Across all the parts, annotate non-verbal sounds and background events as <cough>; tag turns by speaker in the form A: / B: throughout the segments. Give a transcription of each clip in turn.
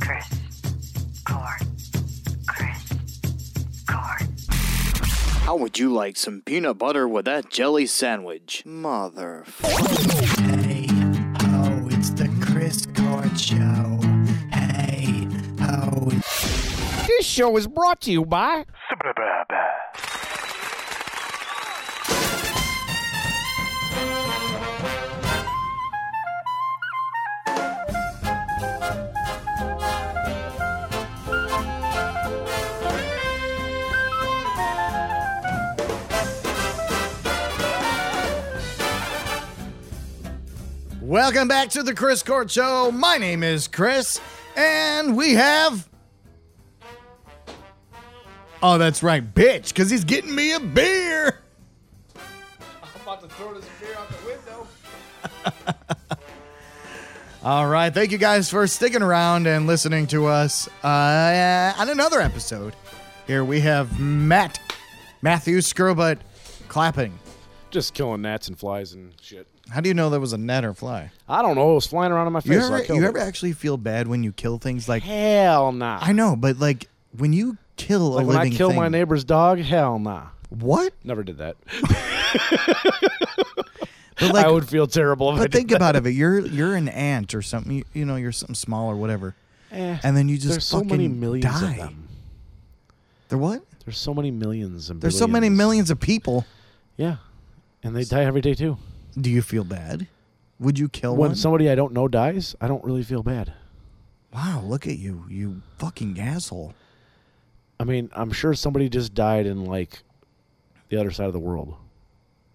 A: Chris. Corn. Chris. Corn.
B: How would you like some peanut butter with that jelly sandwich? Mother.
C: Hey, oh, it's the Chris Corn Show. Hey, oh, it's
D: This show is brought to you by.
C: Welcome back to the Chris Court Show. My name is Chris, and we have. Oh, that's right, bitch, because he's getting me a beer. I'm about to throw this beer out the window. <laughs> All right, thank you guys for sticking around and listening to us uh, on another episode. Here we have Matt, Matthew Skirbutt, clapping.
E: Just killing gnats and flies and shit.
C: How do you know that was a net or fly?
E: I don't know. It was flying around in my face.
C: You
E: so I
C: ever,
E: killed
C: you
E: it.
C: ever actually feel bad when you kill things? Like
E: Hell nah.
C: I know, but like when you kill
E: like
C: a
E: when
C: living
E: I kill
C: thing,
E: my neighbor's dog, hell nah. <laughs>
C: what?
E: Never did that.
C: But like,
E: I would feel terrible if I
C: but
E: did
C: think
E: that.
C: about it. You're you're an ant or something. You, you know, you're something small or whatever.
E: Eh,
C: And then you just
E: there's so many
C: fucking
E: millions
C: die.
E: of them.
C: They're what?
E: There's so many millions and
C: There's so many
E: billions.
C: millions of people.
E: Yeah, and they die every day too.
C: Do you feel bad? Would you kill
E: When
C: one?
E: somebody I don't know dies, I don't really feel bad.
C: wow, look at you, you fucking asshole.
E: I mean, I'm sure somebody just died in like the other side of the world.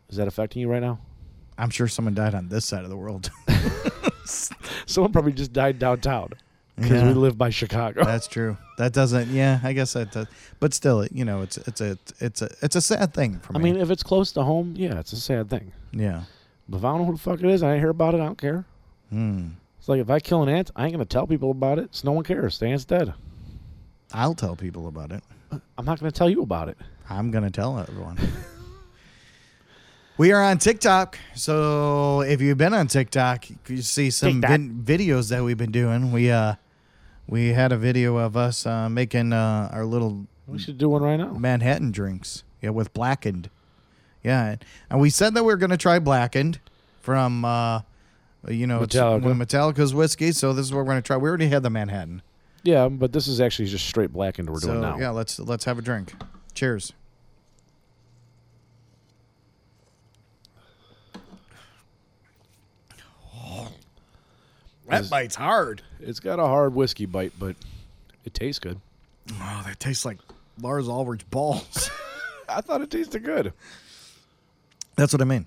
E: Is that affecting you right now? <laughs>
C: I'm sure someone died on this side of the world. <laughs>
E: Someone probably just died downtown because
C: Yeah.
E: we live by Chicago.
C: That's true. That doesn't. Yeah, I guess that does. But still, you know, it's it's a it's a it's a sad thing for
E: I
C: me.
E: mean, if it's close to home, yeah, it's a sad thing.
C: yeah.
E: But if I don't know who the fuck it is, I ain't hear about it. I don't care.
C: Hmm.
E: It's like if I kill an ant, I ain't gonna tell people about it. So no one cares. The ant's dead.
C: I'll tell people about it.
E: I'm not gonna tell you about it.
C: I'm going to tell everyone. we are on TikTok. So if you've been on TikTok, you see some vid- videos that we've been doing. We uh we had a video of us uh, making uh, our little
E: We should do one right now.
C: Manhattan drinks. Yeah, with blackened. Yeah, and we said that we are going to try blackened from uh you know, it's
E: Metallica.
C: when Metallica's whiskey, so this is what we're going to try. We already had the Manhattan.
E: Yeah, but this is actually just straight blackened. We're
C: so
E: doing now.
C: yeah, let's let's have a drink. Cheers. That bite's hard.
E: It's got a hard whiskey bite, but it tastes good.
C: Oh, that tastes like Lars Ulrich balls. <laughs>
E: I thought it tasted good.
C: That's what I mean.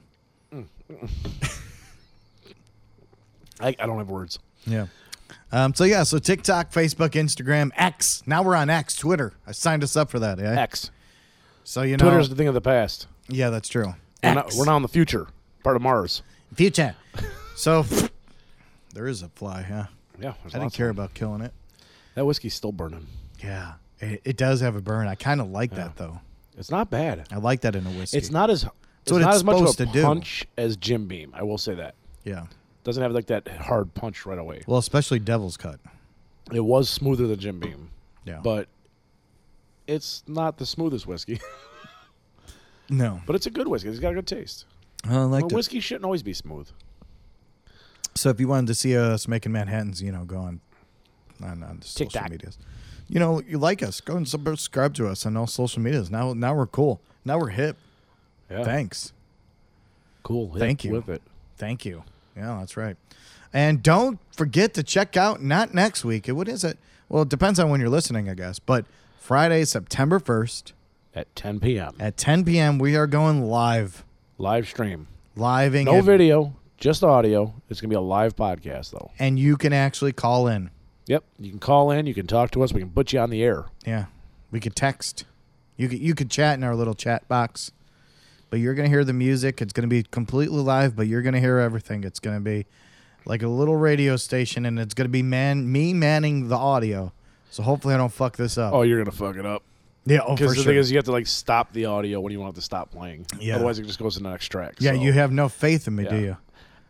E: I, I don't have words.
C: Yeah. Um, so yeah, so TikTok, Facebook, Instagram, X. Now we're on X, Twitter. I signed us up for that. Yeah.
E: X.
C: So you know.
E: Twitter's the thing of the past.
C: yeah, that's true.
E: We're not, we're now in the future, part of Mars.
C: Future. So <laughs> there is a fly, huh?
E: Yeah, there's
C: I didn't
E: lots of
C: care
E: them.
C: about killing it.
E: That whiskey's still burning.
C: Yeah, it, it does have a burn. I kind of like that though.
E: It's not bad.
C: I like that in a whiskey.
E: It's not as it's,
C: what
E: not
C: it's
E: as much of
C: supposed
E: a
C: to do.
E: punch as Jim Beam. I will say that
C: Yeah.
E: doesn't have like that hard punch right away.
C: Well, especially Devil's Cut.
E: It was smoother than Jim Beam.
C: Yeah.
E: but it's not the smoothest whiskey. <laughs>
C: No,
E: but it's a good whiskey. It's got a good taste.
C: I like
E: But whiskey shouldn't always be smooth.
C: So if you wanted to see us making Manhattan's, you know, go on on, on the social
E: TikTok.
C: medias. You know, you like us, go and subscribe to us on all social medias. Now, now we're cool. Now we're hip.
E: Yeah,
C: Thanks.
E: cool. hit
C: Thank you.
E: With it,
C: Thank you. Yeah, that's right. And don't forget to check out not next week. What is it? Well, it depends on when you're listening, I guess. But Friday, September first
E: at 10 p.m.
C: at 10 p.m., we are going live,
E: live stream.
C: living.
E: No
C: it.
E: video, just audio. It's gonna be a live podcast though.
C: and you can actually call in.
E: Yep. You can call in. You can talk to us. We can put you on the air.
C: Yeah, we could text. You could you could chat in our little chat box, but you're gonna hear the music. It's gonna be completely live, but you're gonna hear everything. It's gonna be like a little radio station, and it's gonna be man me manning the audio. So hopefully I don't fuck this up.
E: Oh, you're gonna fuck it up.
C: yeah, oh
E: Because
C: for
E: the
C: sure.
E: thing is, you have to like stop the audio when you want it to stop playing.
C: Yeah.
E: Otherwise, it just goes to the next track.
C: yeah,
E: so.
C: you have no faith in me, do
E: Yeah.
C: you?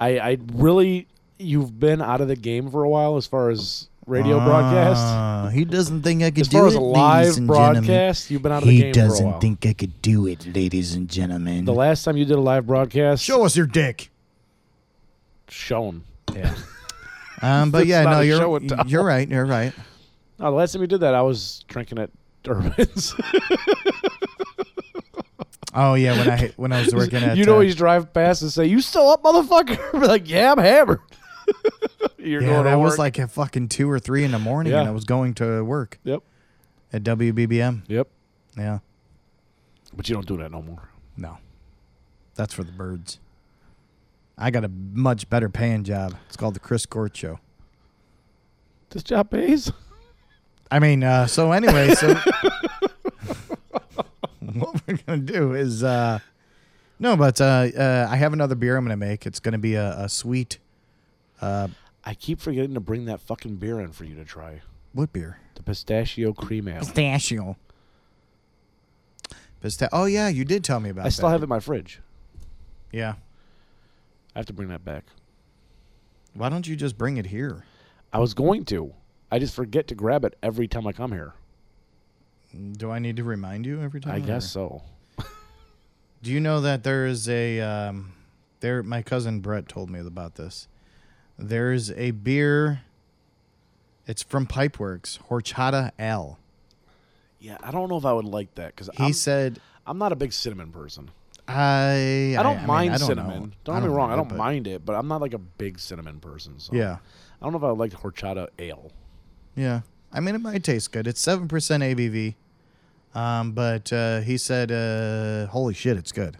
E: I, I really, you've been out of the game for a while as far as radio broadcast.
C: Uh, he doesn't think I could
E: As
C: do
E: far
C: it,
E: as a
C: Ah. ladies
E: live
C: and
E: broadcast, you've been out of
C: gentlemen. He
E: the game for a
C: doesn't
E: while.
B: I could do it, ladies and gentlemen.
E: the last time you did a live broadcast,
C: Show us your dick. <laughs>
E: shown. Yeah.
C: Um, but
E: It's
C: yeah,
E: not
C: no,
E: a show
C: you're
E: and tell.
C: you're right. You're right.
E: no, the last time you did that, I was drinking at <laughs> Durbin's.
C: <laughs> Oh yeah, when I when I <laughs> was working at
E: You'd
C: uh,
E: always drive past and say, "You still up, motherfucker?" <laughs> We're like, "Yeah, I'm hammered." <laughs> You're
C: yeah,
E: going to
C: that was
E: work.
C: like at fucking two or three in the morning,
E: Yeah.
C: and I was going to work
E: "Yep,
C: at WBBM.
E: yep."
C: Yeah,
E: But you don't do that no more.
C: no, that's for the birds. I got a much better paying job. It's called the Chris Gort Show.
E: This job pays.
C: I mean, uh, so anyway, so
E: <laughs>
C: <laughs> what we're gonna do is uh, no, but uh, uh, I have another beer I'm gonna make. It's gonna be a, a sweet
E: I keep forgetting to bring that fucking beer in for you to try.
C: what beer?
E: The pistachio cream ale.
C: Pistachio. Pista- oh yeah, you did tell me about.
E: I still
C: that.
E: have it in my fridge.
C: Yeah.
E: I have to bring that back.
C: Why don't you just bring it here?
E: I was going to. I just forget to grab it every time I come here.
C: Do I need to remind you every time?
E: I
C: or-
E: guess so.
C: Do you know that there is a um, there? My cousin Brett told me about this. There's a beer. It's from Pipeworks, Horchata L.
E: Yeah, I don't know if I would like that because
C: He
E: I'm,
C: said,
E: I'm not a big cinnamon person.
C: "I
E: I don't
C: mean,
E: mind
C: I don't know.
E: cinnamon. Don't get me wrong. I
C: it,
E: don't
C: but-
E: mind it, but I'm not like a big cinnamon person. So
C: Yeah,
E: I don't know if I would like horchata ale.
C: yeah. I mean, it might taste good. It's seven percent ABV, um, but uh, he said, uh, "Holy shit, it's good."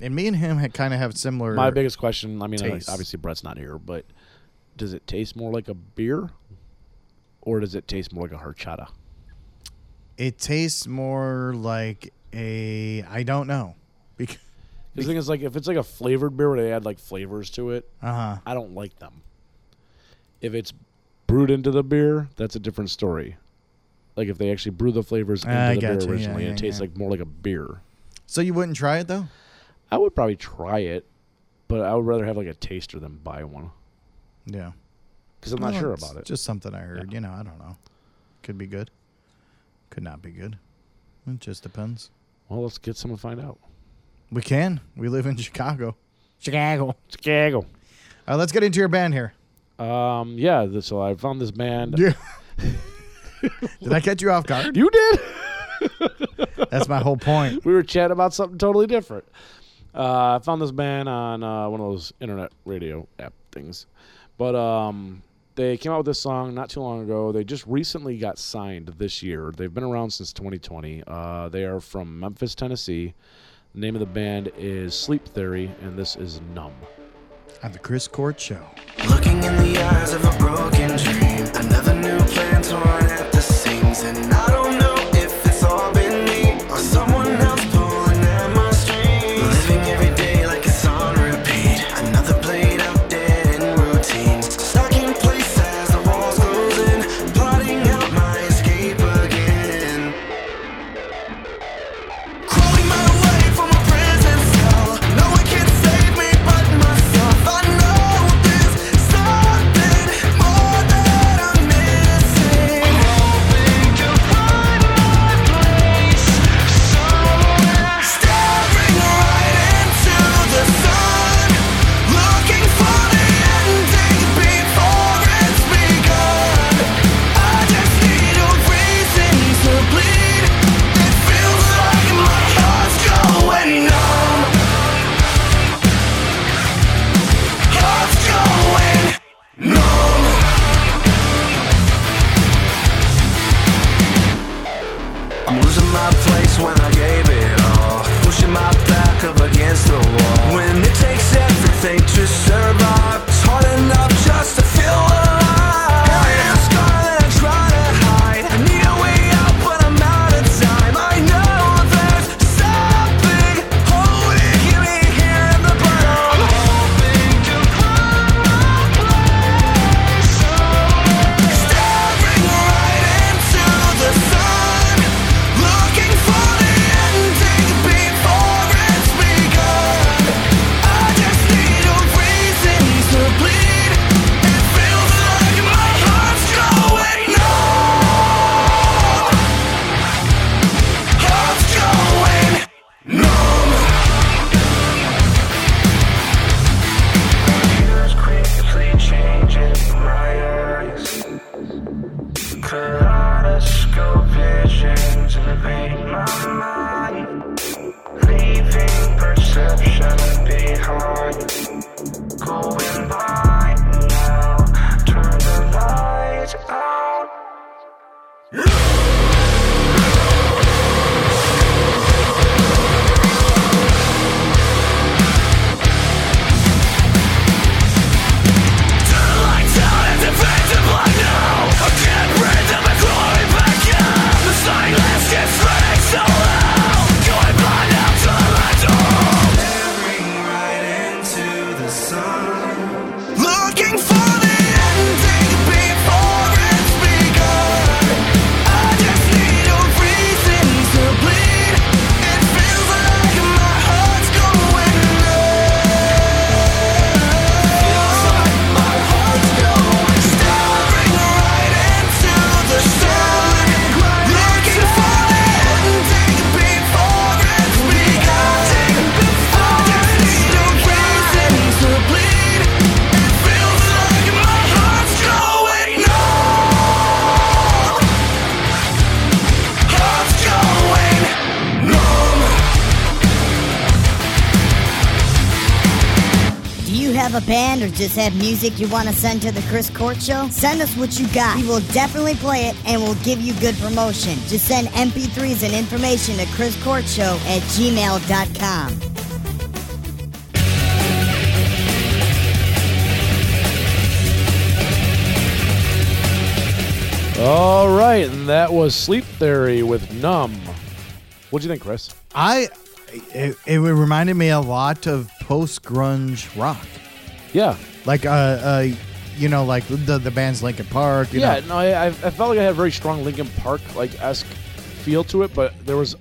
C: And me and him had kind of have similar.
E: My biggest question. I mean, I-
C: Taste.
E: obviously Brett's not here, but does it taste more like a beer, or does it taste more like a horchata?
C: It tastes more like a I don't know. Because
E: The thing is, like, if it's like a flavored beer where they add like flavors to it,
C: uh-huh.
E: I don't like them. If it's brewed into the beer, that's a different story. Like if they actually brew the flavors into
C: Ah, I
E: the beer
C: gotcha, yeah,
E: originally,
C: yeah,
E: it tastes
C: yeah.
E: like more like a beer.
C: So you wouldn't try it though?
E: I would probably try it, but I would rather have like a taster than buy one
C: Yeah.
E: because I'm not
C: Well,
E: sure
C: it's
E: about it.
C: Just something I heard, you know, I don't know. Could be good. Could not be good. It just depends.
E: well, let's get some and find out.
C: We can. We live in Chicago.
F: Chicago.
E: Chicago.
C: Uh, let's get into your band here.
E: Um, yeah. th- So I found this band.
C: Yeah. <laughs> Did I catch you off
E: <laughs>
C: guard?
E: You did.
C: That's my whole point.
E: we were chatting about something totally different. Uh, I found this band on uh, one of those internet radio app things, but um, they came out with this song not too long ago. They just recently got signed this year. They've been around since 2020. Uh, they are from Memphis, Tennessee. The name of the band is Sleep Theory, and this is Numb.
C: On the Chris Court Show.
G: Looking in the eyes of a broken dream. Another new plan torn at the seams. And I don't know if it's all been me or someone else pulling at my strings. Living every day like it's on repeat. Another played out dead in routine. Stuck in place as the walls close in. Plotting out my escape again. Crawling my way from a prison cell. No one can save me but myself. I know there's something
H: a band or just have music you want to send to the Chris Court Show? Send us what you got. We will definitely play it and we'll give you good promotion. Just send MP3s and information to Chris Court Show at gmail.com.
E: All right, and that was Sleep Theory with Numb. What'd you think, Chris?
C: I it, it reminded me a lot of post grunge rock,
E: Yeah,
C: like uh, uh you know like the the bands Linkin Park. You
E: yeah.
C: know.
E: No, I, I I felt like I had a very strong Linkin Park like esque feel to it, but there was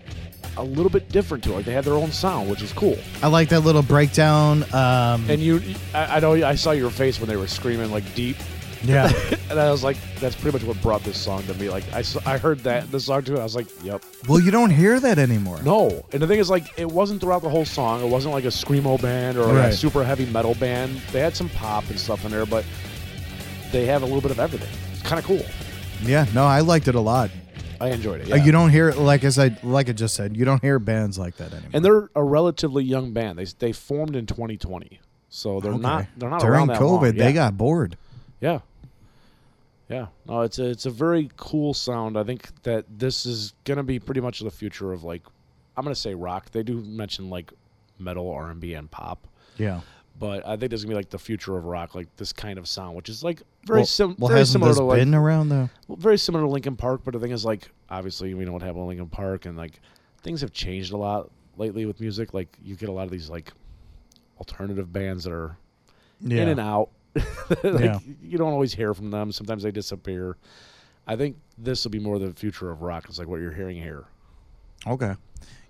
E: a little bit different to it. Like they had their own sound, which is cool.
C: I like that little breakdown. Um,
E: And <laughs> you, I, I know I saw your face when they were screaming like deep,
C: yeah,
E: and I was like, that's pretty much what brought this song to me. Like I, s- I heard that the song too, and I was like, yep.
C: well you don't hear that anymore.
E: No, and the thing is, like, it wasn't throughout the whole song. It wasn't like a screamo band or like,
C: Right.
E: a super heavy metal band. They had some pop and stuff in there, but they have a little bit of everything. It's kind of cool.
C: Yeah, no, I liked it a lot.
E: I enjoyed it.
C: Uh,
E: yeah.
C: You don't hear like as I like I just said, you don't hear bands like that anymore.
E: and they're a relatively young band. They they formed in 2020, so they're
C: Okay.
E: not they're not
C: during
E: around that
C: COVID.
E: long.
C: They
E: Yeah.
C: got bored.
E: yeah, yeah. No, it's a, it's a very cool sound. I think that this is gonna be pretty much the future of like I'm gonna say rock. They do mention like metal, R and B, and pop.
C: Yeah.
E: but I think there's gonna be like the future of rock, like this kind of sound, which is like very, sim-
C: well,
E: very
C: hasn't
E: similar
C: this
E: to like
C: been around though?
E: well, very similar to Lincoln Park. But the thing is, like obviously we know what happened in Lincoln Park, and like things have changed a lot lately with music. Like you get a lot of these like alternative bands that are
C: Yeah.
E: in and out. <laughs> like,
C: Yeah.
E: You don't always hear from them. Sometimes they disappear. I think this will be more the future of rock. It's like what you're hearing here.
C: Okay.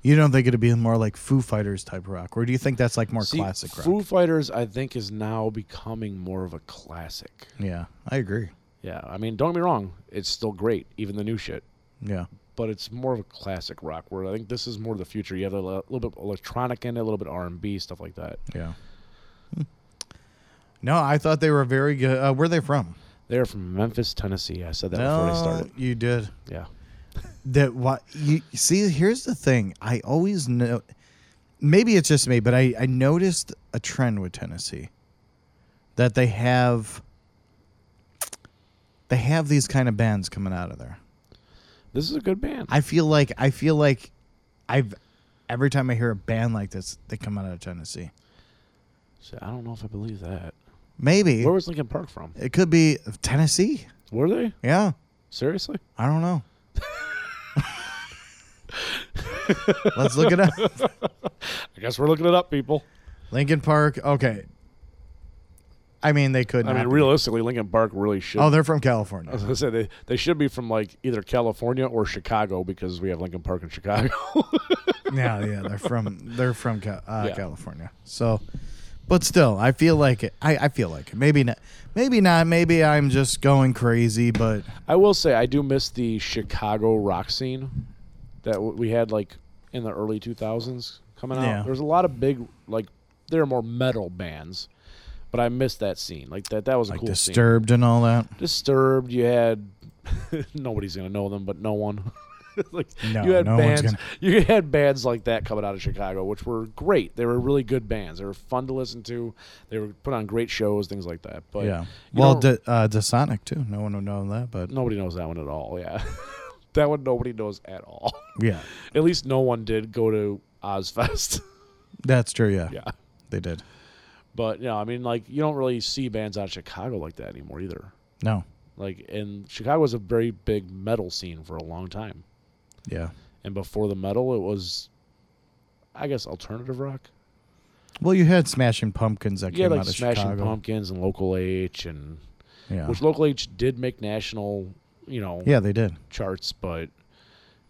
C: You don't think it'd be more like Foo Fighters type rock, or do you think that's like more
E: See,
C: classic rock?
E: Foo Fighters, I think, is now becoming more of a classic.
C: yeah, I agree.
E: Yeah, I mean, don't get me wrong, it's still great, even the new shit.
C: Yeah.
E: But it's more of a classic rock. Where I think this is more the future. You have a lo- little bit electronic in it, a little bit R and B stuff like that.
C: Yeah. Hmm. No, I thought they were very good. Uh, where are they from?
E: They're from Memphis, Tennessee. I said that before they started.
C: you did.
E: Yeah,
C: That what you see? Here's the thing. I always know. Maybe it's just me, but I I noticed a trend with Tennessee that they have they have these kind of bands coming out of there.
E: this is a good band.
C: I feel like I feel like I've every time I hear a band like this, they come out of Tennessee.
E: So I don't know if I believe that.
C: Maybe
E: Where was Lincoln Park from?
C: it could be Tennessee.
E: Were they
C: Yeah,
E: seriously?
C: I don't
E: <laughs>
C: know. Let's look it up.
E: I guess we're looking it up, people.
C: Lincoln Park. Okay. I mean, they could.
E: I
C: not
E: mean,
C: be.
E: realistically, Lincoln Park really should.
C: Oh, they're from
E: <laughs> I was
C: California.
E: gonna say they, they should be from like either California or Chicago because we have Lincoln Park in Chicago. <laughs>
C: yeah, yeah, they're from they're from Ca- uh,
E: Yeah.
C: California. So, but still, I feel like it. I, I feel like it. Maybe not. Maybe not. Maybe I'm just going crazy. But
E: I will say I do miss the Chicago rock scene that w- we had like in the early 2000s coming out.
C: Yeah.
E: There was a lot of big like there are more metal bands, but I missed that scene. Like that that was a
C: like
E: cool scene.
C: disturbed and all that.
E: Disturbed, you had <laughs> nobody's going to know them but no one. <laughs> like
C: No,
E: you had
C: no one's
E: bands
C: gonna-
E: <laughs> you had bands like that coming out of Chicago which were great. They were really good bands. They were fun to listen to. They were put on great shows, things like that. But
C: yeah.
E: you
C: Well,
E: don't-
C: the uh, the Sonic too. No one would know that,
E: <laughs>
C: but
E: Nobody knows that one at all. Yeah, <laughs> that one nobody knows at all. <laughs>
C: yeah,
E: at least no one did go to Ozfest. <laughs>
C: that's true. Yeah,
E: yeah,
C: they did.
E: but you know, I mean, like you don't really see bands out of Chicago like that anymore either.
C: No.
E: Like, and Chicago was a very big metal scene for a long time,
C: Yeah.
E: and before the metal, it was, I guess, alternative rock.
C: Well, you had Smashing Pumpkins that
E: Yeah,
C: came
E: like
C: out of
E: Smashing
C: Chicago.
E: Pumpkins and Local H, and
C: yeah.
E: which Local H did make national, you know,
C: yeah, they did.
E: charts, but.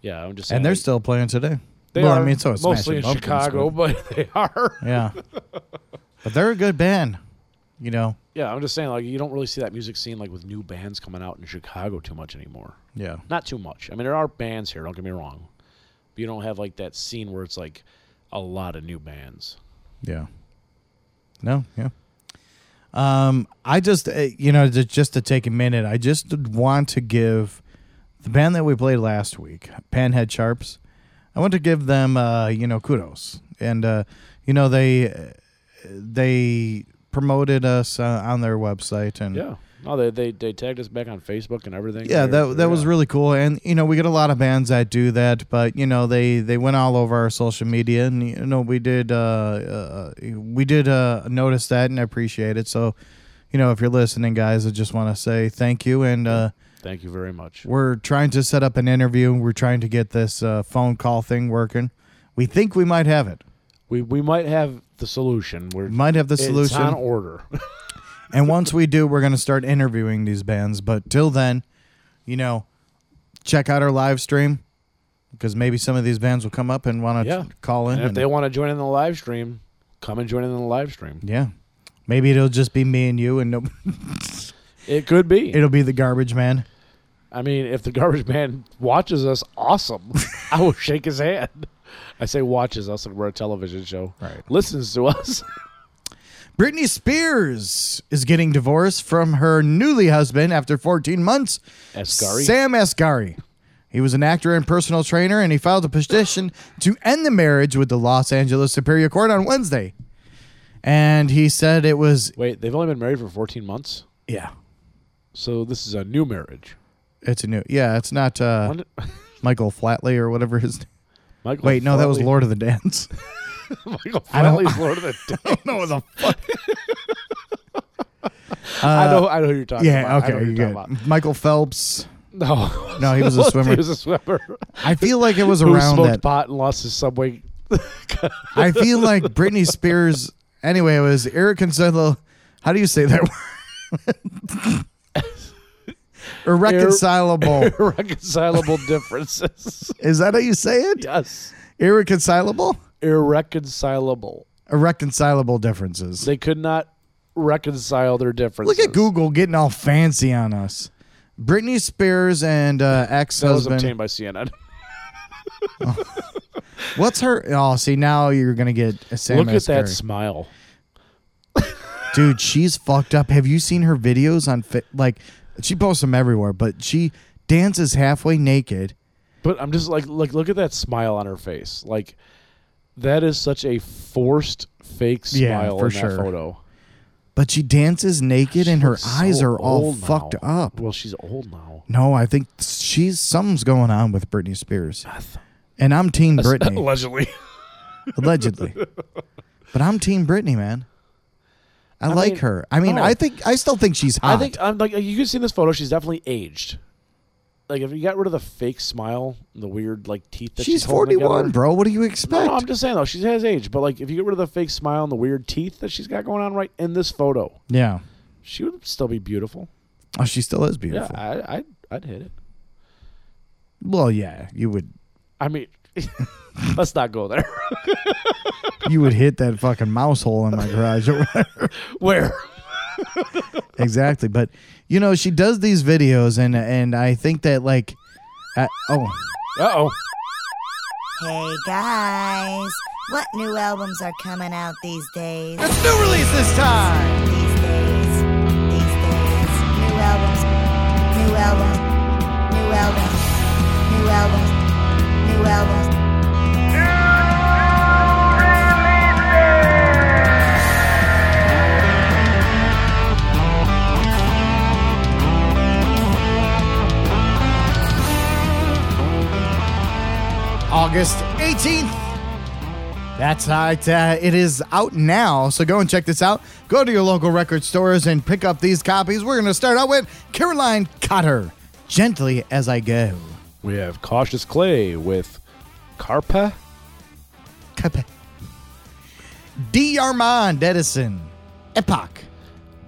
E: Yeah, I'm just saying.
C: And they're
E: like,
C: still playing today.
E: They
C: well,
E: are
C: I mean, so it's
E: mostly in
C: Smashing Pumpkins,
E: Chicago,
C: but-
E: but <laughs> they are.
C: yeah. But they're a good band, you know.
E: Yeah, I'm just saying, like, you don't really see that music scene like with new bands coming out in Chicago too much anymore.
C: Yeah.
E: Not too much. I mean, there are bands here. Don't get me wrong, but you don't have like that scene where it's like a lot of new bands.
C: Yeah. No, yeah. Um, I just, uh, you know, ju- just to take a minute, I just want to give the band that we played last week, Panhead Sharps, I want to give them, uh, you know, kudos. And, uh, you know, uh, they, they promoted us uh, on their website and
E: Yeah. No, they, they they tagged us back on Facebook and everything.
C: Mm. Yeah,
E: They're- uh,
C: that that was
E: yeah.
C: really cool, and you know we get a lot of bands that do that, but you know they they went all over our social media, and you know we did uh, uh we did uh notice that and appreciate it. So, you know if you're listening, guys, I just want to say thank you, and uh,
E: Thank you very much.
C: we're trying to set up an interview. We're trying to get this uh, phone call thing working. We think we might have it,
E: We we might have the solution. We're
C: might have the
E: It's
C: solution, <laughs>
E: on order.
C: and once we do, we're gonna start interviewing these bands. But till then, you know, check out our live stream because maybe some of these bands will come up and want to
E: Yeah.
C: call in.
E: and if
C: and-
E: they want to join in the live stream, come and join in the live stream.
C: yeah, maybe it'll just be me and you, and no, <laughs>
E: It could be.
C: it'll be the garbage man.
E: I mean, if the garbage man watches us, awesome. I will shake his hand. I say watches us, and we're a television show.
C: Right.
E: Listens to us. <laughs>
C: Britney Spears is getting divorced from her newly husband after 14 months.
E: Asghari?
C: Sam Asghari. He was an actor and personal trainer, and he filed a petition to end the marriage with the Los Angeles Superior Court on Wednesday. And he said it was,
E: Wait, they've only been married for 14 months,
C: yeah,
E: so this is a new marriage.
C: it's a new, yeah, it's not uh,
E: When did-
C: Michael Flatley or whatever his name.
E: <laughs> Michael
C: Wait, no, that was
E: Flatley-
C: Lord of the
E: <laughs>
C: Dance.
E: Michael Flatley's Lord of the
C: <laughs>
E: Dead.
C: no, the fuck.
E: <laughs> I know, I know who you're talking
C: Yeah,
E: about. I know
C: okay,
E: who
C: you're
E: you're
C: good.
E: talking
C: Michael Phelps.
E: about. No,
C: <laughs> No, he was a swimmer.
E: <laughs> he was a swimmer
C: I feel like it was <laughs>
E: who
C: around
E: smoked
C: that.
E: pot and lost his subway. <laughs>
C: I feel like Britney Spears. Anyway, it was irreconcilable. How do you say that word? <laughs> Irreconcilable.
E: Irreconcilable differences. <laughs>
C: Is that how you say it?
E: yes,
C: Irreconcilable?
E: irreconcilable.
C: Irreconcilable differences.
E: They could not reconcile their differences.
C: Look at Google getting all fancy on us. Britney Spears and uh, ex
E: That was obtained
C: husband.
E: by
C: <laughs>
E: CNN.
C: What's her? Oh, see, now you're going to get a Sam
E: Look at that
C: Asghari.
E: smile.
C: dude she's fucked up have you seen her videos on fa- like she posts them everywhere but she dances halfway naked
E: But I'm just like, like, look at that smile on her face. Like, that is such a forced fake smile
C: Yeah, for
E: in
C: sure.
E: that photo.
C: but she dances naked and her
E: Looks
C: eyes
E: so
C: are all
E: old now.
C: fucked up
E: Well, she's
C: <laughs>
E: old now.
C: no i think she's something's going on with britney spears and i'm team britney
E: <laughs> Allegedly.
C: allegedly but i'm team britney man i, like
E: mean-
C: her i mean
E: no.
C: i think i still think she's hot
E: I think I'm like you can see in this photo, she's definitely aged. Like if you got rid of the fake smile, the weird like teeth that she's,
C: she's
E: holding
C: 41
E: together-
C: bro what do you expect
E: No, I'm just saying though, she has age. But like if you get rid of the fake smile and the weird teeth that she's got going on right in this photo,
C: yeah
E: she would still be beautiful.
C: oh she still is beautiful
E: Yeah, I, I'd I'd hit it.
C: well yeah you would
E: I mean, <laughs> let's not go there. <laughs>
C: you would hit that fucking mouse hole in my garage <laughs> or whatever
E: Where?
C: exactly. But you know, she does these videos, and and I think that like, I, oh,
E: Uh oh.
H: Hey guys, what new albums are coming out these days?
B: It's new release this time.
H: These days, these days, new albums, new albums, new albums, new albums, new albums.
C: August eighteenth. That's how it, uh, it is out now. So go and check this out. Go to your local record stores and pick up these copies. We're going to start out with Caroline Cotter, "Gently as I Go."
E: We have cautious clay with Carpa.
C: Copy. D. Armand Edison, Epoch.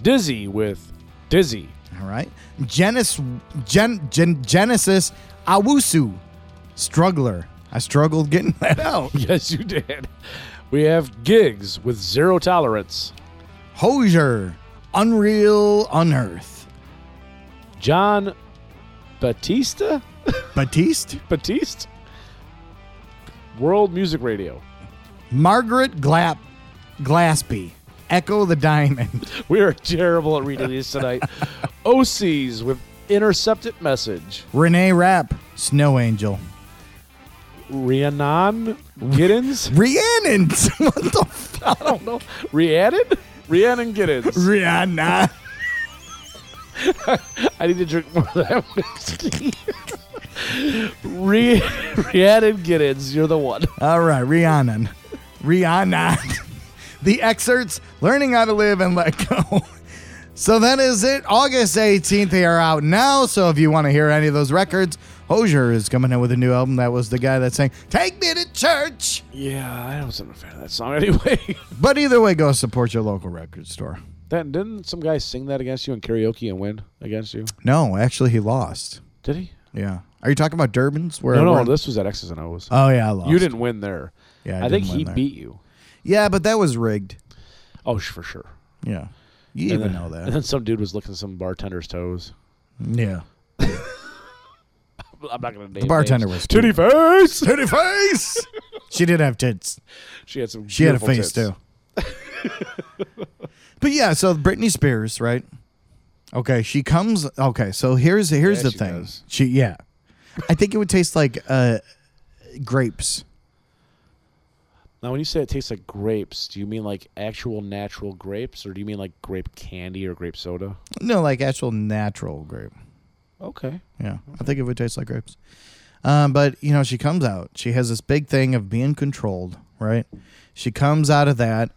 E: Dizzy with Dizzy. <laughs>
C: All right. Genesis, Gen, Gen, Genesis Awusu, Struggler. I struggled getting that <laughs> out.
E: Yes, you did. We have gigs with zero tolerance.
C: Hosier, Unreal Unearth.
E: John Batista?
C: Batiste,
E: Batiste? World Music Radio.
C: Margaret Glap, Glaspie, Echo the Diamond,
E: <laughs> We are terrible at reading these <laughs> tonight. OCs with Intercepted Message.
C: Renee Rapp, Snow Angel,
E: Rhiannon Giddens? <laughs>
C: Rhiannon. <laughs> what the fuck?
E: I don't know. Rhiannon? Rhiannon <laughs> Giddens.
C: Rihanna.
E: I need to drink more of that whiskey. <laughs> Rhi- Rhiannon Giddens, you're the one.
C: All right, Rihanna. Rihanna. the excerpts Learning How to Live and Let Go. So that is it. August 18th, they are out now. So if you want to hear any of those records, Hosier is coming out with a new album. That was the guy that sang, Take Me to Church.
E: Yeah, I wasn't a fan of that song anyway.
C: But either way, go support your local record store.
E: <laughs> That didn't some guy sing that against you in karaoke and win against you?
C: No, actually, he lost.
E: Did he?
C: Yeah. Are you talking about Durbin's? Where
E: No, no,
C: where-
E: this was at X's and O's.
C: oh, yeah, I lost.
E: you didn't win there.
C: Yeah, I
E: I, think
C: didn't win
E: he
C: there.
E: beat you.
C: Yeah, but that was rigged.
E: Oh, sh- for sure.
C: Yeah. You
E: And
C: even
E: then-
C: know
E: And <laughs>
C: that.
E: then some dude was licking some bartender's toes.
C: Yeah.
E: I'm not gonna name
C: The bartender
E: names.
C: was <laughs>
E: titty face.
C: Titty face. she did have tits.
E: She had some.
C: She had a
E: beautiful
C: face
E: tits.
C: too. <laughs> but yeah, so Britney Spears, right? Okay, she comes. Okay, so here's here's
E: Yeah,
C: the
E: she
C: thing.
E: does.
C: She yeah, I think it would taste like uh, grapes.
E: Now, when you say it tastes like grapes, do you mean like actual natural grapes, or do you mean like grape candy or grape soda?
C: No, like actual natural grape.
E: Okay.
C: Yeah, I think it would taste like grapes. Um, but you know, she comes out. She has this big thing of being controlled, right? She comes out of that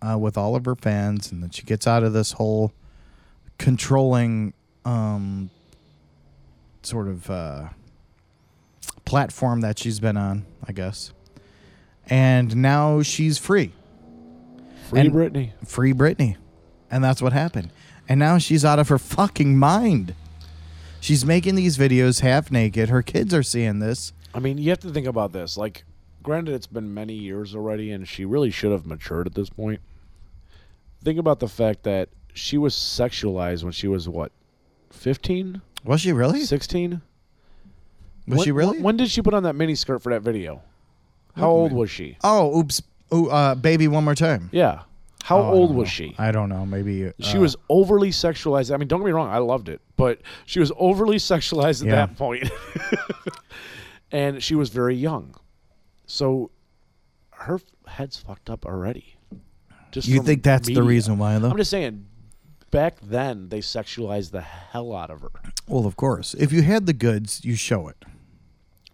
C: uh, with all of her fans, and then she gets out of this whole controlling um, sort of uh, platform that she's been on, I guess. And now she's free,
E: Free
C: And-
E: Britney.
C: free Britney, and that's what happened. And now she's out of her fucking mind. She's making these videos half naked. Her kids are seeing this.
E: I mean, you have to think about this. Like, granted, it's been many years already, and she really should have matured at this point. Think about the fact that she was sexualized when she was, what, 15?
C: Was she really?
E: 16?
C: Was
E: When-
C: she really?
E: When, when did she put on that mini skirt for that video? How old was she?
C: Oh, oops. Ooh, uh, baby, one more time.
E: Yeah. How
C: Oh, I
E: old
C: don't
E: was
C: know.
E: she?
C: I don't know. Maybe uh,
E: She was overly sexualized. I mean, don't get me wrong, I loved it, but she was overly sexualized at
C: Yeah.
E: that point. <laughs> and she was very young. So her f- head's fucked up already. Just
C: You
E: from
C: think that's the
E: media.
C: reason why, though?
E: I'm just saying back then they sexualized the hell out of her.
C: well, of course. If you had the goods, you show it.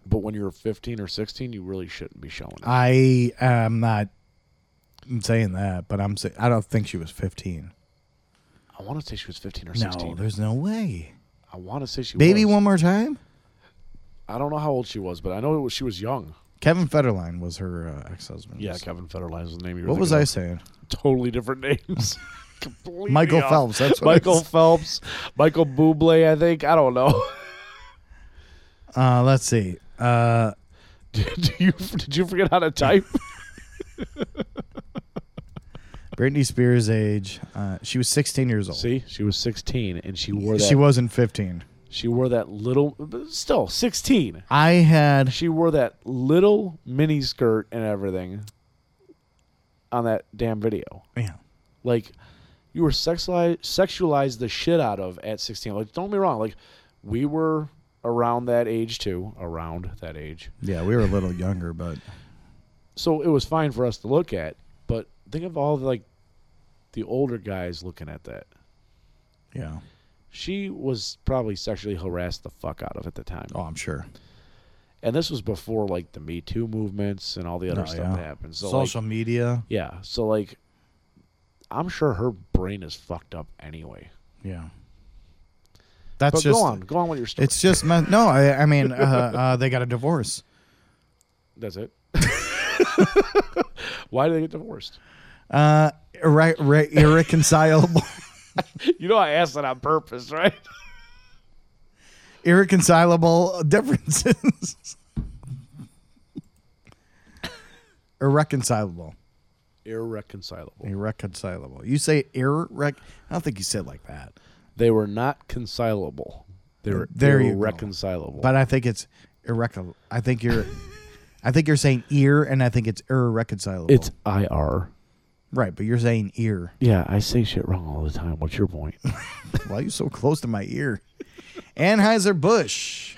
E: But when you're 15 or 16, you really shouldn't be showing it.
C: I am not saying that, but I'm saying I don't think she was 15.
E: I want to say she was 15 or
C: No,
E: 16.
C: there's no way.
E: I want to say she
C: Baby,
E: was.
C: one more time.
E: I don't know how old she was, but I know it was, she was young.
C: Kevin Federline was her uh, ex-husband.
E: Yeah, Kevin Federline was the name you were
C: What was
E: thinking
C: I
E: of.
C: saying?
E: totally different names. <laughs> Completely
C: Michael
E: off.
C: Phelps, that's what it
E: Michael
C: is.
E: Phelps, Michael Bublé. I think I don't know. <laughs>
C: Uh, let's see. Uh,
E: did you did you forget how
C: <laughs>
E: to type?
C: Britney Spears' age. Uh, she was 16 years old.
E: See, she was 16 and she wore that.
C: she
E: She,
C: wasn't 15.
E: wore that little, but still 16.
C: I had
E: She wore that little mini skirt and everything on that damn video.
C: yeah.
E: Like you were sexualized, sexualized the shit out of at 16. Like don't be wrong. Like we were around that age too. Around that age.
C: Yeah, we were a little younger, but
E: so it was fine for us to look at but think of all the, like the older guys looking at that
C: yeah.
E: she was probably sexually harassed the fuck out of at the time
C: Oh, I'm sure.
E: and this was before like the me too movements and all the other
C: Oh,
E: stuff
C: yeah.
E: that happened so like,
C: Social media.
E: yeah so like i'm sure her brain is fucked up anyway
C: Yeah. That's
E: but
C: just.
E: go on go on with your story
C: It's just me- no. I, I mean, uh, uh, they got a divorce.
E: that's it <laughs> why did they get divorced
C: Uh, irre- irre- irreconcilable, <laughs>
E: you know i asked that on purpose right <laughs>
C: irreconcilable differences. <laughs> irreconcilable,
E: irreconcilable
C: irreconcilable. You say irrec? I don't think you said like that,
E: they were not concilable they were
C: There you go.
E: irreconcilable
C: but I think it's irrecon. I think you're. I think you're saying ear, and I think it's irreconcilable.
E: It's IR.
C: right, but you're saying ear.
E: Yeah, I say shit wrong all the time. What's
C: <laughs>
E: your point?
C: Why are you so close to my ear? Anheuser Busch.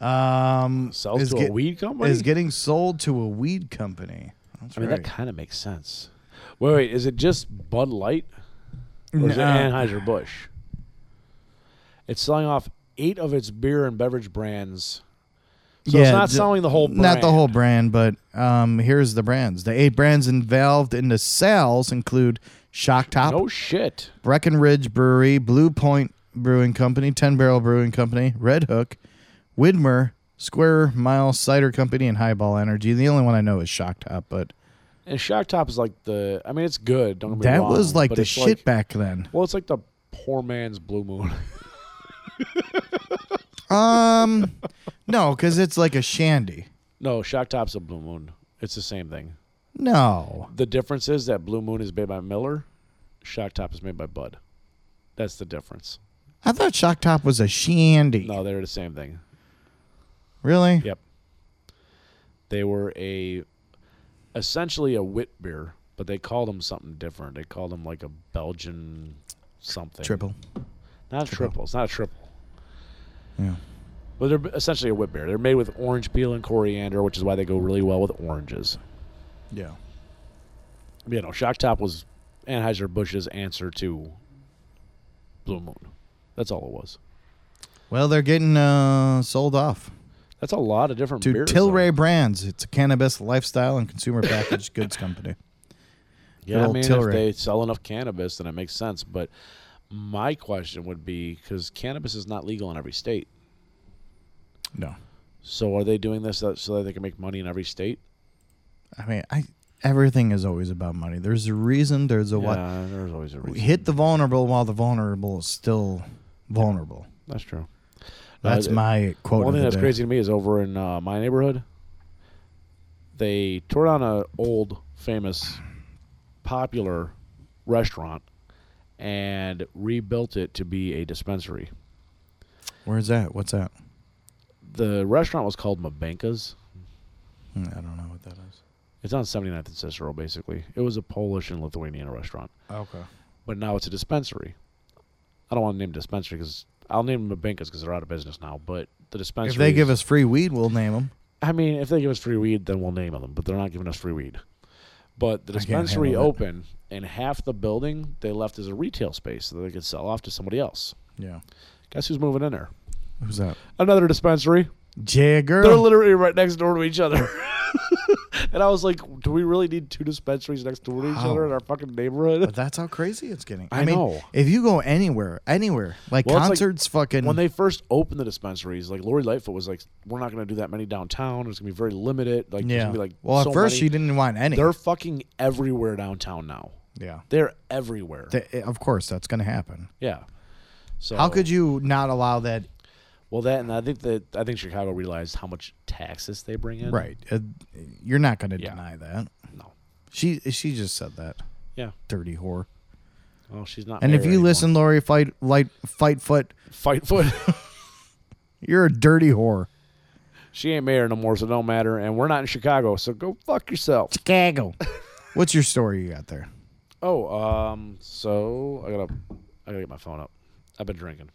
C: Um,
E: Sells
C: is
E: to
C: get-
E: a weed company?
C: is getting sold to a weed company. That's
E: I mean,
C: right.
E: that kind of makes sense. Wait, wait, is it just Bud Light? Or is it
C: No.
E: Anheuser Busch? It's selling off eight of its beer and beverage brands. So it's not
C: ju-
E: selling the whole brand.
C: Not the whole brand, but um, here's the brands. The eight brands involved in the sales include Shock Top,
E: No shit.
C: Breckenridge Brewery, Blue Point Brewing Company, Ten Barrel Brewing Company, Red Hook, Widmer, Square Mile Cider Company, and Highball Energy. The only one I know is Shock Top, but
E: And Shock Top is like the. I mean, it's good. Don't get me
C: that
E: wrong,
C: was like
E: but
C: the
E: it's
C: shit back then.
E: Well, it's like the poor man's Blue Moon. <laughs>
C: Um, no, because it's like a shandy.
E: no, Shock Top's a Blue Moon. It's the same thing.
C: No,
E: The difference is that Blue Moon is made by Miller. Shock Top is made by Bud. That's the difference.
C: I thought Shock Top was a shandy.
E: No, they're the same thing.
C: Really?
E: Yep. They were a essentially a wit beer, but they called them something different. They called them like a Belgian something.
C: Triple.
E: Not a triple. It's not a triple.
C: Yeah.
E: But they're essentially a wit beer. They're made with orange peel and coriander, which is why they go really well with oranges.
C: Yeah.
E: You know, Shock Top was Anheuser Busch's answer to Blue Moon. That's all it was.
C: Well, they're getting uh, sold off
E: That's a lot of different
C: to
E: beers. though.
C: Tilray Brands. It's a cannabis lifestyle and consumer packaged <laughs> goods company.
E: Yeah, I
C: old
E: mean,
C: Tilray.
E: if they sell enough cannabis, then it makes sense. But my question would be because cannabis is not legal in every state.
C: No,
E: So are they doing this so so that they can make money in every state?
C: I mean, I everything is always about money. There's a reason. There's a what.
E: Yeah, there's always a reason.
C: Hit the vulnerable while the vulnerable is still vulnerable.
E: That's true. No,
C: That's
E: it-
C: my quote. of
E: One thing
C: the
E: that's
C: day.
E: crazy to me is over in uh, my neighborhood, they tore down an old, famous, popular restaurant and rebuilt it to be a dispensary.
C: Where's that? What's that?
E: The restaurant was called Mabenka's.
C: Hmm, I don't know what that is.
E: It's on 79th and Cicero, basically. It was a Polish and Lithuanian restaurant,
C: Okay.
E: but now it's a dispensary. I don't want to name dispensary because I'll name them Mabenka's because they're out of business now. But the dispensary.
C: If they give us free weed, we'll name them.
E: I mean, if they give us free weed, then we'll name them. But they're not giving us free weed. But the
C: can't
E: dispensary
C: handle that.
E: opened, and half the building they left as a retail space so they could sell off to somebody else.
C: Yeah.
E: Guess who's moving in there?
C: Who's that?
E: Another dispensary.
C: Jagger.
E: They're literally right next door to each other. <laughs> and I was like, do we really need two dispensaries next door to each
C: Wow.
E: other in our fucking neighborhood?
C: But that's how crazy it's getting.
E: I
C: mean,
E: know.
C: If you go anywhere, anywhere, like
E: Well, it's like
C: concerts, fucking.
E: when they first opened the dispensaries, like Lori Lightfoot was like, "We're not going to do that many downtown. It's going to be very limited. Like, there's
C: yeah.
E: gonna be like
C: well,
E: so
C: at first
E: many."
C: she didn't want any.
E: They're fucking everywhere downtown now.
C: yeah.
E: They're everywhere.
C: Th- of course, that's going to happen.
E: yeah. So
C: How could you not allow that?
E: Well, that and I think that I think Chicago realized how much taxes they bring in.
C: Right. Uh, you're not going to
E: Yeah.
C: deny that.
E: No.
C: She she just said that.
E: Yeah.
C: Dirty whore.
E: Well, she's not.
C: And if
E: mayor
C: you
E: anymore.
C: listen, Lori Fight Light Fightfoot,
E: <laughs> fight foot.
C: you're a dirty whore.
E: <laughs> she ain't mayor no more, so no matter. And we're not in Chicago, so go fuck yourself.
C: Chicago. <laughs> What's your story you got there?
E: Oh, um, so I gotta, I gotta get my phone up. I've been drinking.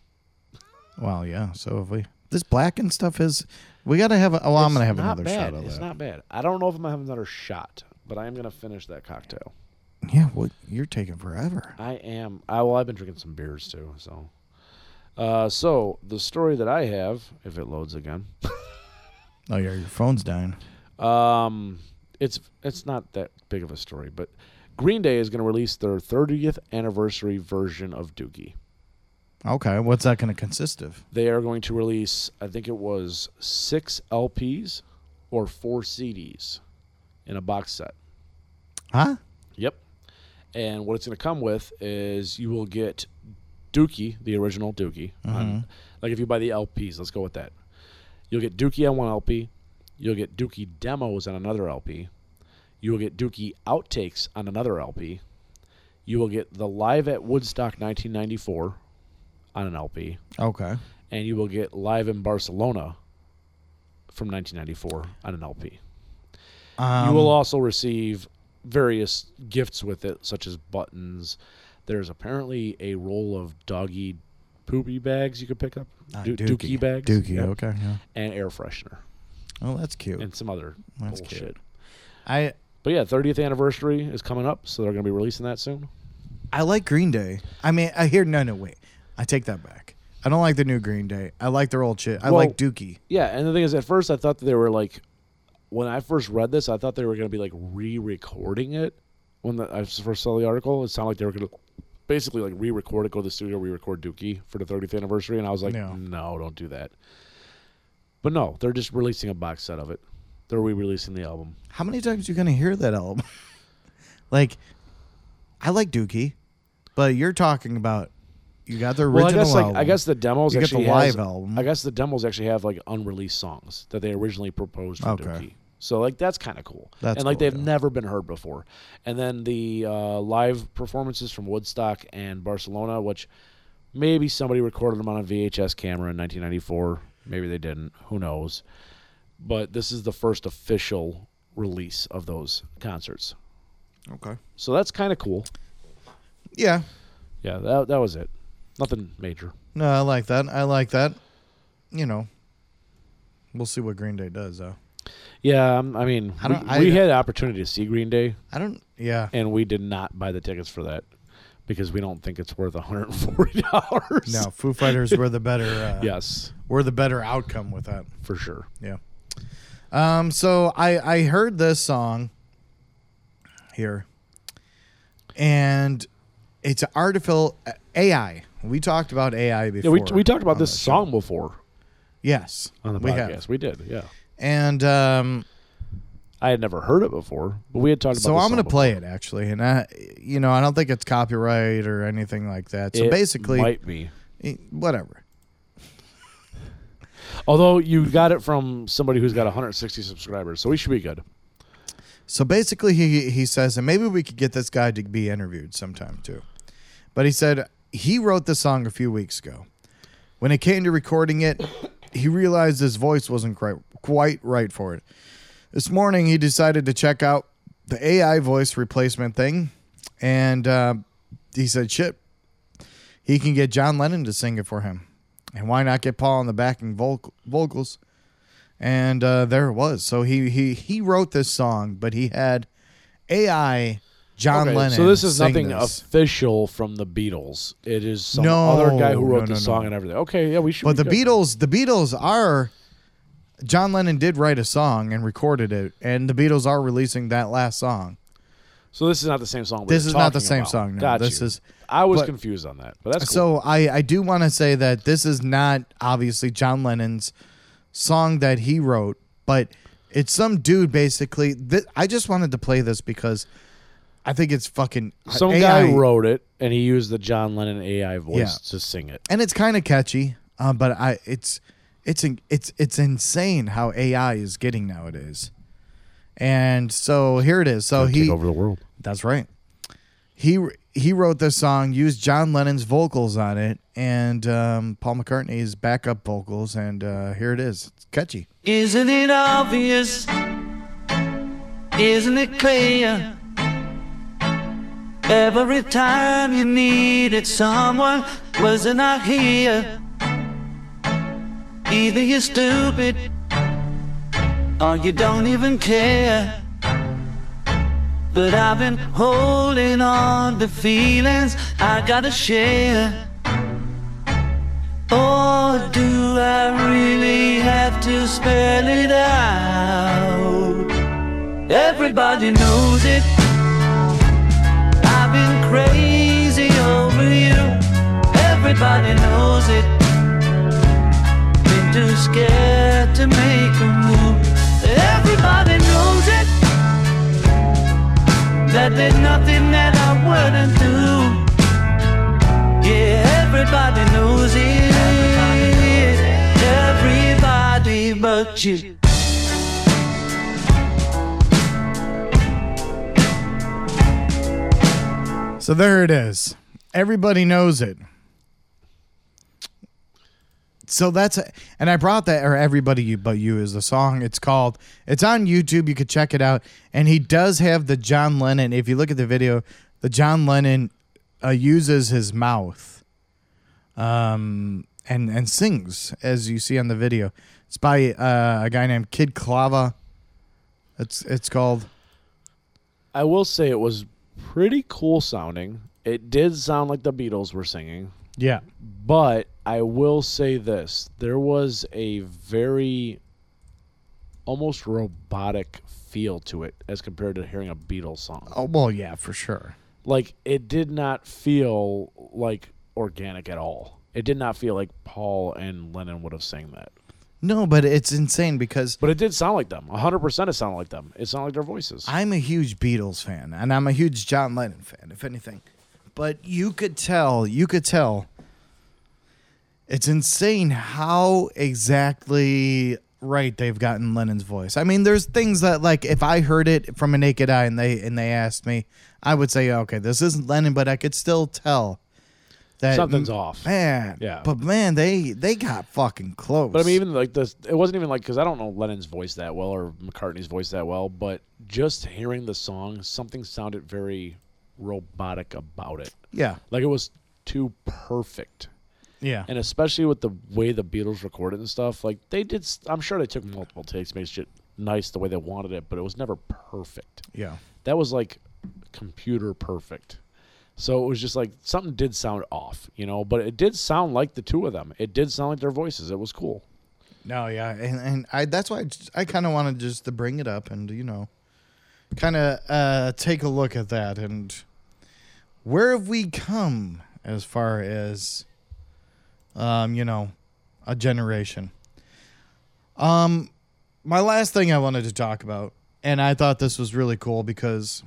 C: Well, yeah. So if we this blackened stuff is, we got to have. A, oh, I'm
E: It's
C: going to have
E: not
C: another
E: bad.
C: shot of
E: It's
C: that.
E: not bad. I don't know if I'm gonna have another shot, but I am gonna finish that cocktail.
C: yeah. What you're taking forever.
E: I am. I well, I've been drinking some beers too. So, uh, so the story that I have, if it loads again,
C: Oh yeah, your phone's dying.
E: um, it's it's not that big of a story, but Green Day is gonna release their 30th anniversary version of Dookie.
C: Okay. What's that going to consist of?
E: They are going to release, I think it was six LPs or four CDs in a box set.
C: Huh?
E: Yep. And what it's going to come with is you will get Dookie, the original Dookie. on- like if you buy the LPs, let's go with that. You'll get Dookie on one LP. You'll get Dookie demos on another LP. You will get Dookie outtakes on another LP. You will get the Live at Woodstock 1994 on an LP.
C: Okay.
E: And you will get Live in Barcelona from 1994 on an LP.
C: Um,
E: You will also receive various gifts with it, such as buttons. There's apparently a roll of doggy poopy bags you could pick up,
C: Ah,
E: Du- dookie. bags,
C: Dookie.
E: yep,
C: Okay. Yeah.
E: and air freshener
C: Oh, that's cute.
E: and some other
C: That's cute.
E: bullshit.
C: I
E: But yeah, 30th anniversary is coming up, so they're going to be releasing that soon.
C: I like Green Day. I mean, I hear no, no, wait. I take that back. I don't like the new Green Day. I like their old shit. I
E: Well-
C: like Dookie.
E: Yeah, and the thing is, at first I thought that they were like, when I first read this, I thought they were going to be like re-recording it. When the, I first saw the article, it sounded like they were going to basically like re-record it, go to the studio, re-record Dookie for the 30th anniversary, and I was like,
C: No.
E: no, don't do that. But no, they're just releasing a box set of it. They're re-releasing the album.
C: How many times you gonna hear that album? <laughs> like, I like Dookie, but you're talking about you got the original
E: well, I guess
C: album.
E: like I guess the demos
C: You get the
E: actually has-
C: live album.
E: I guess the demos actually have like unreleased songs that they originally proposed for
C: Okay.
E: Dookie. So like that's kind of cool.
C: That's
E: and like
C: cool,
E: they've
C: yeah.
E: never been heard before. And then the uh, live performances from Woodstock and Barcelona, which maybe somebody recorded them on a VHS camera in 1994. Maybe they didn't. Who knows? But this is the first official release of those concerts.
C: okay.
E: So that's kind of cool.
C: Yeah.
E: Yeah, that that was it. Nothing major.
C: No, I like that. I like that. You know, we'll see what Green Day does though.
E: Yeah, um, I mean,
C: I
E: we,
C: don't- I-
E: we had an opportunity to see Green Day,
C: I don't.
E: <laughs>
C: Yeah.
E: and we did not buy the tickets for that because we don't think it's worth one hundred and forty <laughs> dollars.
C: No, Foo Fighters were the better. Uh,
E: <laughs> Yes,
C: Were the better outcome with that.
E: for sure.
C: Yeah. Um. So I I heard this song here, and it's an artificial AI. We talked about AI
E: Yeah,
C: before.
E: we, we talked about
C: on
E: this
C: the show.
E: song before
C: Yes,
E: on the
C: we have.
E: podcast. We, did. Yeah,
C: And um,
E: I had never heard it before, but we had talked
C: so
E: about. this
C: I'm gonna
E: song
C: play it actually, and I, you know, I don't think it's copyright or anything like that. So
E: before. It
C: basically,
E: might be.
C: eh, whatever.
E: Although you got it from somebody who's got 160 subscribers, so we should be good.
C: So basically, he he says, and maybe we could get this guy to be interviewed sometime too. But he said he wrote the song a few weeks ago. When it came to recording it, he realized his voice wasn't quite quite right for it. This morning, he decided to check out the AI voice replacement thing, and uh, he said, "Shit, he can get John Lennon to sing it for him, and why not get Paul on the backing voc- vocals?" and uh, there it was. So he he he wrote this song, but he had AI John
E: Okay,
C: Lennon.
E: so this is
C: sing
E: nothing
C: this.
E: official from the Beatles. It is some
C: No,
E: other guy who
C: no,
E: wrote
C: no,
E: the
C: no.
E: song and everything. Okay, yeah, we should.
C: but
E: be
C: the
E: good.
C: Beatles, the Beatles are. John Lennon did write a song and recorded it, and the Beatles are releasing that last song.
E: So this is not the same song. we
C: This
E: were
C: is not the
E: talking
C: same
E: about.
C: song, no.
E: Got
C: This
E: you.
C: is-
E: I was
C: but-
E: confused on that, but that's
C: So
E: cool.
C: I I do want to say that this is not obviously John Lennon's song that he wrote, but it's some dude basically. Th- I just wanted to play this because I think it's fucking uh,
E: some
C: AI
E: guy wrote it and he used the John Lennon AI voice
C: Yeah.
E: to sing it.
C: and it's kind of catchy. Um, but I it's it's in- it's it's insane how AI is getting nowadays. And so here it is. So he
E: Take over the world.
C: that's right. He he wrote this song, used John Lennon's vocals on it, and um, Paul McCartney's backup vocals, and uh, here it is. It's catchy.
G: Isn't it obvious? Isn't it clear? Every time you needed someone, was it not here? Either you're stupid or you don't even care. But I've been holding on to feelings I gotta share. Or do I really have to spell it out? Everybody knows it. I've been crazy over you. Everybody knows it. Been too scared to make a move. Everybody knows it. That there's nothing that I wouldn't do. Yeah, everybody knows it. Everybody but you.
C: So there it is. Everybody knows it. So that's and I brought that or everybody you but you is the song. It's called. It's on YouTube. You could check it out. And he does have the John Lennon. If you look at the video, the John Lennon uh, uses his mouth, um, and and sings as you see on the video. It's by uh, a guy named Kid Klava. It's it's called.
E: I will say it was pretty cool sounding. It did sound like the Beatles were singing,
C: Yeah.
E: but I will say this: there was a very almost robotic feel to it as compared to hearing a Beatles song.
C: Oh well, yeah, for sure.
E: Like it did not feel like organic at all. It did not feel like Paul and Lennon would have sang that.
C: No, but it's insane because
E: But it did sound like them. 100% it sounded like them. It sounded like their voices.
C: I'm a huge Beatles fan and I'm a huge John Lennon fan, if anything. But you could tell, you could tell. It's insane how exactly right they've gotten Lennon's voice. I mean, there's things that like if I heard it from a naked eye and they and they asked me, I would say, okay, this isn't Lennon, but I could still tell that
E: Something's off.
C: Man,
E: Yeah.
C: But man, they they got fucking close.
E: But I mean, even like this, it wasn't even like because I don't know Lennon's voice that well or McCartney's voice that well. But just hearing the song, something sounded very robotic about it.
C: yeah,
E: Like it was too perfect,
C: yeah,
E: and especially with the way the Beatles recorded and stuff. Like they did, s- I'm sure they took multiple takes, made shit nice the way they wanted it, but it was never perfect.
C: yeah.
E: That was like computer perfect. So it was just like something did sound off, you know. But it did sound like the two of them. It did sound like their voices. It was cool.
C: No, yeah, and and I that's why I, just- I kind of wanted just to bring it up and you know, kind of uh, take a look at that and where have we come as far as, um, you know, a generation. Um, my last thing I wanted to talk about, and I thought this was really cool because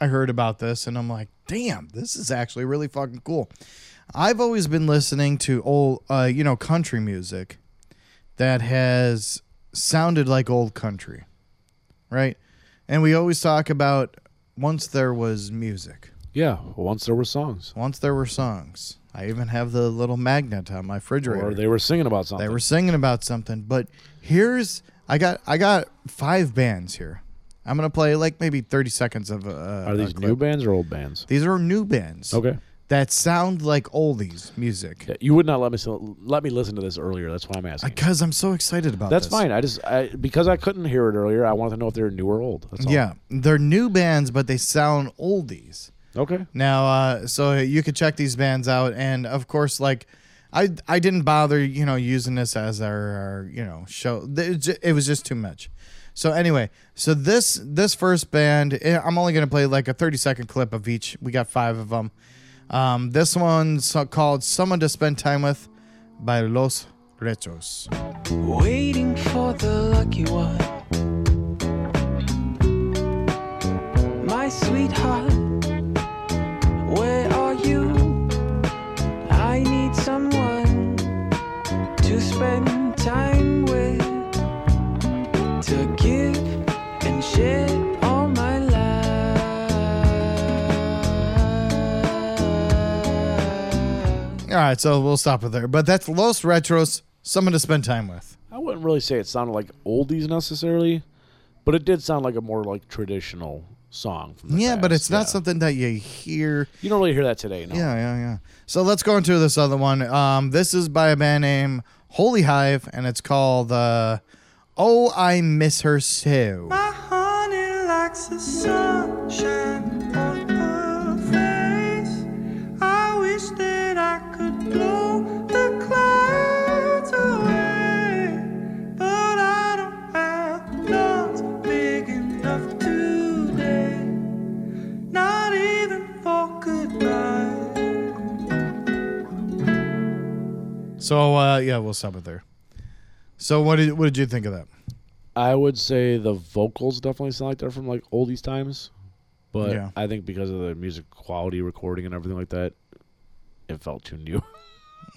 C: I heard about this and I'm like, damn, this is actually really fucking cool. I've always been listening to old, uh, you know, country music that has sounded like old country, right? And we always talk about once there was music,
E: Yeah, once there were songs.
C: once there were songs. I even have the little magnet on my refrigerator.
E: Or they were singing about something.
C: They were singing about something, but here's I got I got five bands here. I'm gonna play like maybe 30 seconds of. Uh,
E: Are these new bands or old bands?
C: These are new bands.
E: Okay.
C: That sound like oldies music.
E: Yeah, You would not let me so- let me listen to this earlier. That's why I'm asking.
C: Because I'm so excited about
E: That's
C: this.
E: fine. I just I, because I couldn't hear it earlier, I wanted to know if they were new or old. That's all.
C: Yeah, they're new bands, but they sound oldies.
E: Okay.
C: Now, uh, so you could check these bands out, and of course, like I, I didn't bother, you know, using this as our, our you know, show. Th- It ju- it was just too much. So anyway, so this this first band, eh, I'm only gonna play like a 30 second clip of each. We got five of them. Um, this one's called "Someone to Spend Time with" by Los Rechos.
G: waiting for the lucky one. My sweetheart, where are you? I need someone to spend time with, to give and share all my life.
C: All right, so we'll stop it there. But that's Los Retros, "Someone to Spend Time with."
E: I wouldn't really say it sounded like oldies necessarily, but it did sound like a more like traditional song. From the
C: Yeah, but
E: past.
C: it's not
E: Yeah.
C: something that you hear.
E: you don't really hear that today. No.
C: Yeah, yeah, yeah. So let's go into this other one. Um, this is by a band named Holy Hive, and it's called uh, "Oh I Miss Her So."
I: My honey likes the sunshine on her face. I wish that I could blow the clouds away, but I don't have lungs big enough today. Not even for goodbye.
C: So uh, yeah, we'll stop it there. So what did what did you think of that?
E: I would say the vocals definitely sound like they're from like oldies times, but
C: Yeah.
E: I think because of the music quality, recording, and everything like that, it felt
C: <laughs>
E: too new.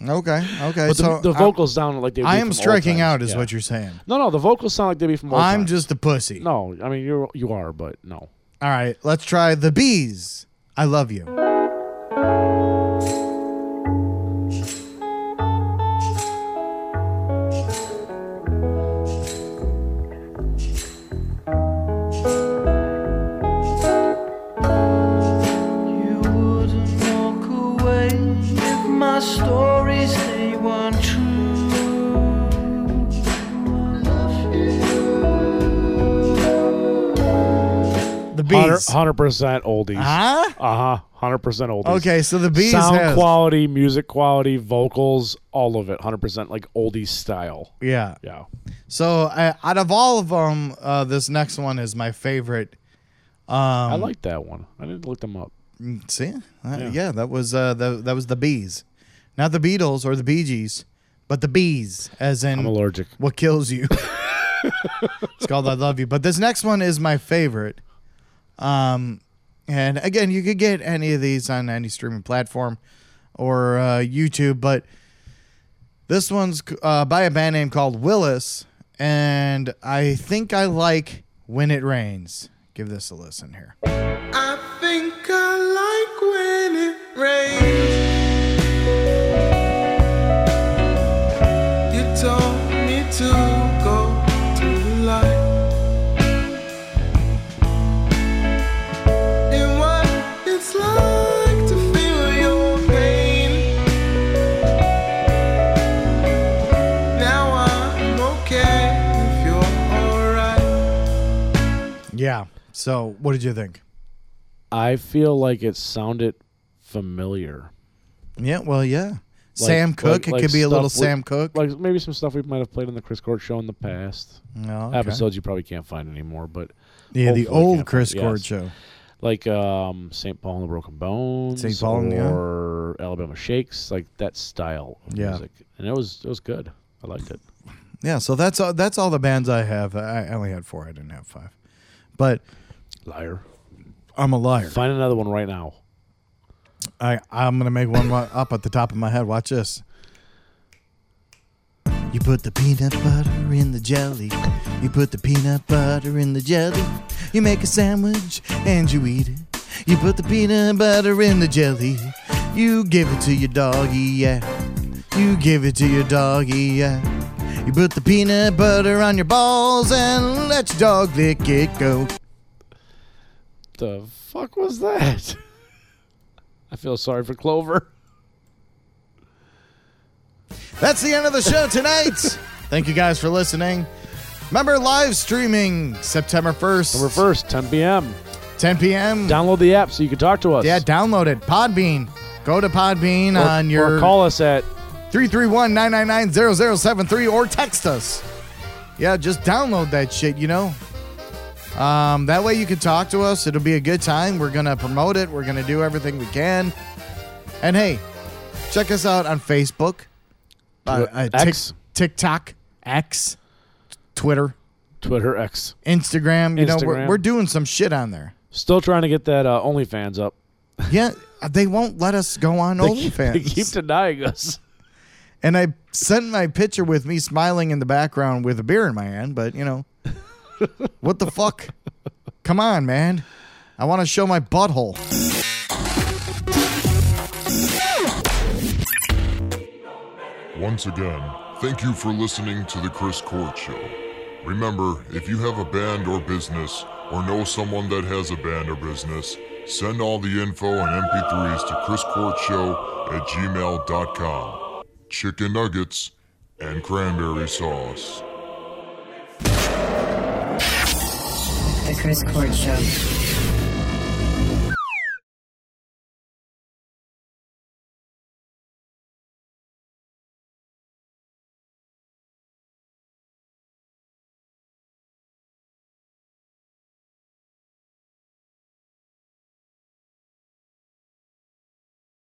C: Okay, okay.
E: But
C: so
E: the, the vocals sound like they.
C: I, I am striking out, is what you're saying.
E: No, no, the vocals sound like they be from. Old
C: I'm
E: times.
C: just a pussy.
E: No, I mean you you are, but no.
C: All right, let's try the bees. I love you.
G: You wouldn't walk away if my stories they weren't true. I love you.
C: The bees. bees.
E: Hundred percent oldies.
C: Huh?
E: Uh huh. Hundred percent oldies.
C: Okay, so the bees
E: Sound
C: has-
E: quality, music quality, vocals, all of it. Hundred percent like oldies style.
C: Yeah.
E: Yeah.
C: So I, out of all of them, uh, this next one is my favorite.
E: I
C: Um,
E: like that one. I need to look them up.
C: See, Uh, yeah. that was uh, the that was the bees, not the Beatles or the Bee Gees, but the bees, as in
E: I'm allergic.
C: what kills you. <laughs> it's called I Love You. But this next one is my favorite. Um, and again, you could get any of these on any streaming platform or uh, YouTube, but this one's uh, by a band name called Willis. And I think I like When It Rains. Give this a listen here.
I: I think I like when it rains. You told me to go to the light. And what it's like to feel your pain. Now I'm okay if you're alright.
C: Yeah. So, what did you think?
E: I feel like it sounded familiar.
C: Yeah. Well, yeah.
E: Like-
C: Sam Cooke.
E: like- like
C: it could be a little
E: stuff we-
C: Sam Cooke.
E: Like maybe some stuff we might have played on the Chris Court show in the past.
C: no, Mm, Oh, okay.
E: Episodes you probably can't find anymore, but
C: Yeah, the
E: Hopefully
C: old
E: can't
C: Chris
E: find-
C: Cord
E: yes.
C: show.
E: like um, St. Paul and the Broken Bones,
C: St. Paul and- yeah.
E: or Alabama Shakes, like that style of
C: Yeah.
E: music, and it was it was good. I liked it.
C: Yeah, so that's all, that's all the bands I have. I I only had four. I didn't have five, but
E: Liar.
C: I'm a liar.
E: Find another one right now.
C: I I'm gonna make one wa- up at the top of my head. Watch this. You put the peanut butter in the jelly. You put the peanut butter in the jelly. You make a sandwich and you eat it. You put the peanut butter in the jelly. You give it to your doggy, yeah. You give it to your doggy, yeah. You put the peanut butter on your balls and let your dog lick it go.
E: The fuck was that? <laughs> I feel sorry for Clover.
C: That's the end of the show tonight. <laughs> Thank you guys for listening. Remember, live streaming September 1st,
E: Number first, 10 p.m.
C: 10 p.m.
E: Download the app so you can talk to us.
C: yeah, download it. Podbean. Go to Podbean
E: Or-
C: on your
E: or call us at
C: 331 999 0073 or text us. Yeah, just download that shit, you know? Um, that way you can talk to us. It'll be a good time. We're going to promote it, we're going to do everything we can. And hey, check us out on Facebook, uh, uh, Tik-
E: X.
C: TikTok, X, Twitter,
E: Twitter X.
C: Instagram. You know, we're,
E: Instagram.
C: we're doing some shit on there.
E: Still trying to get that uh, OnlyFans up.
C: Yeah, they won't let us go on OnlyFans.
E: <laughs> They keep denying us.
C: And I sent my picture with me smiling in the background with a beer in my hand, but you
E: <laughs>
C: know, what the fuck? Come on, man. I want to show my butthole.
J: Once again, thank you for listening to The Chris Court Show. Remember, if you have a band or business, or know someone that has a band or business, send all the info and MP3s to chriscourtshow at gmail.com. Chicken nuggets and cranberry sauce.
H: The Chris Court Show.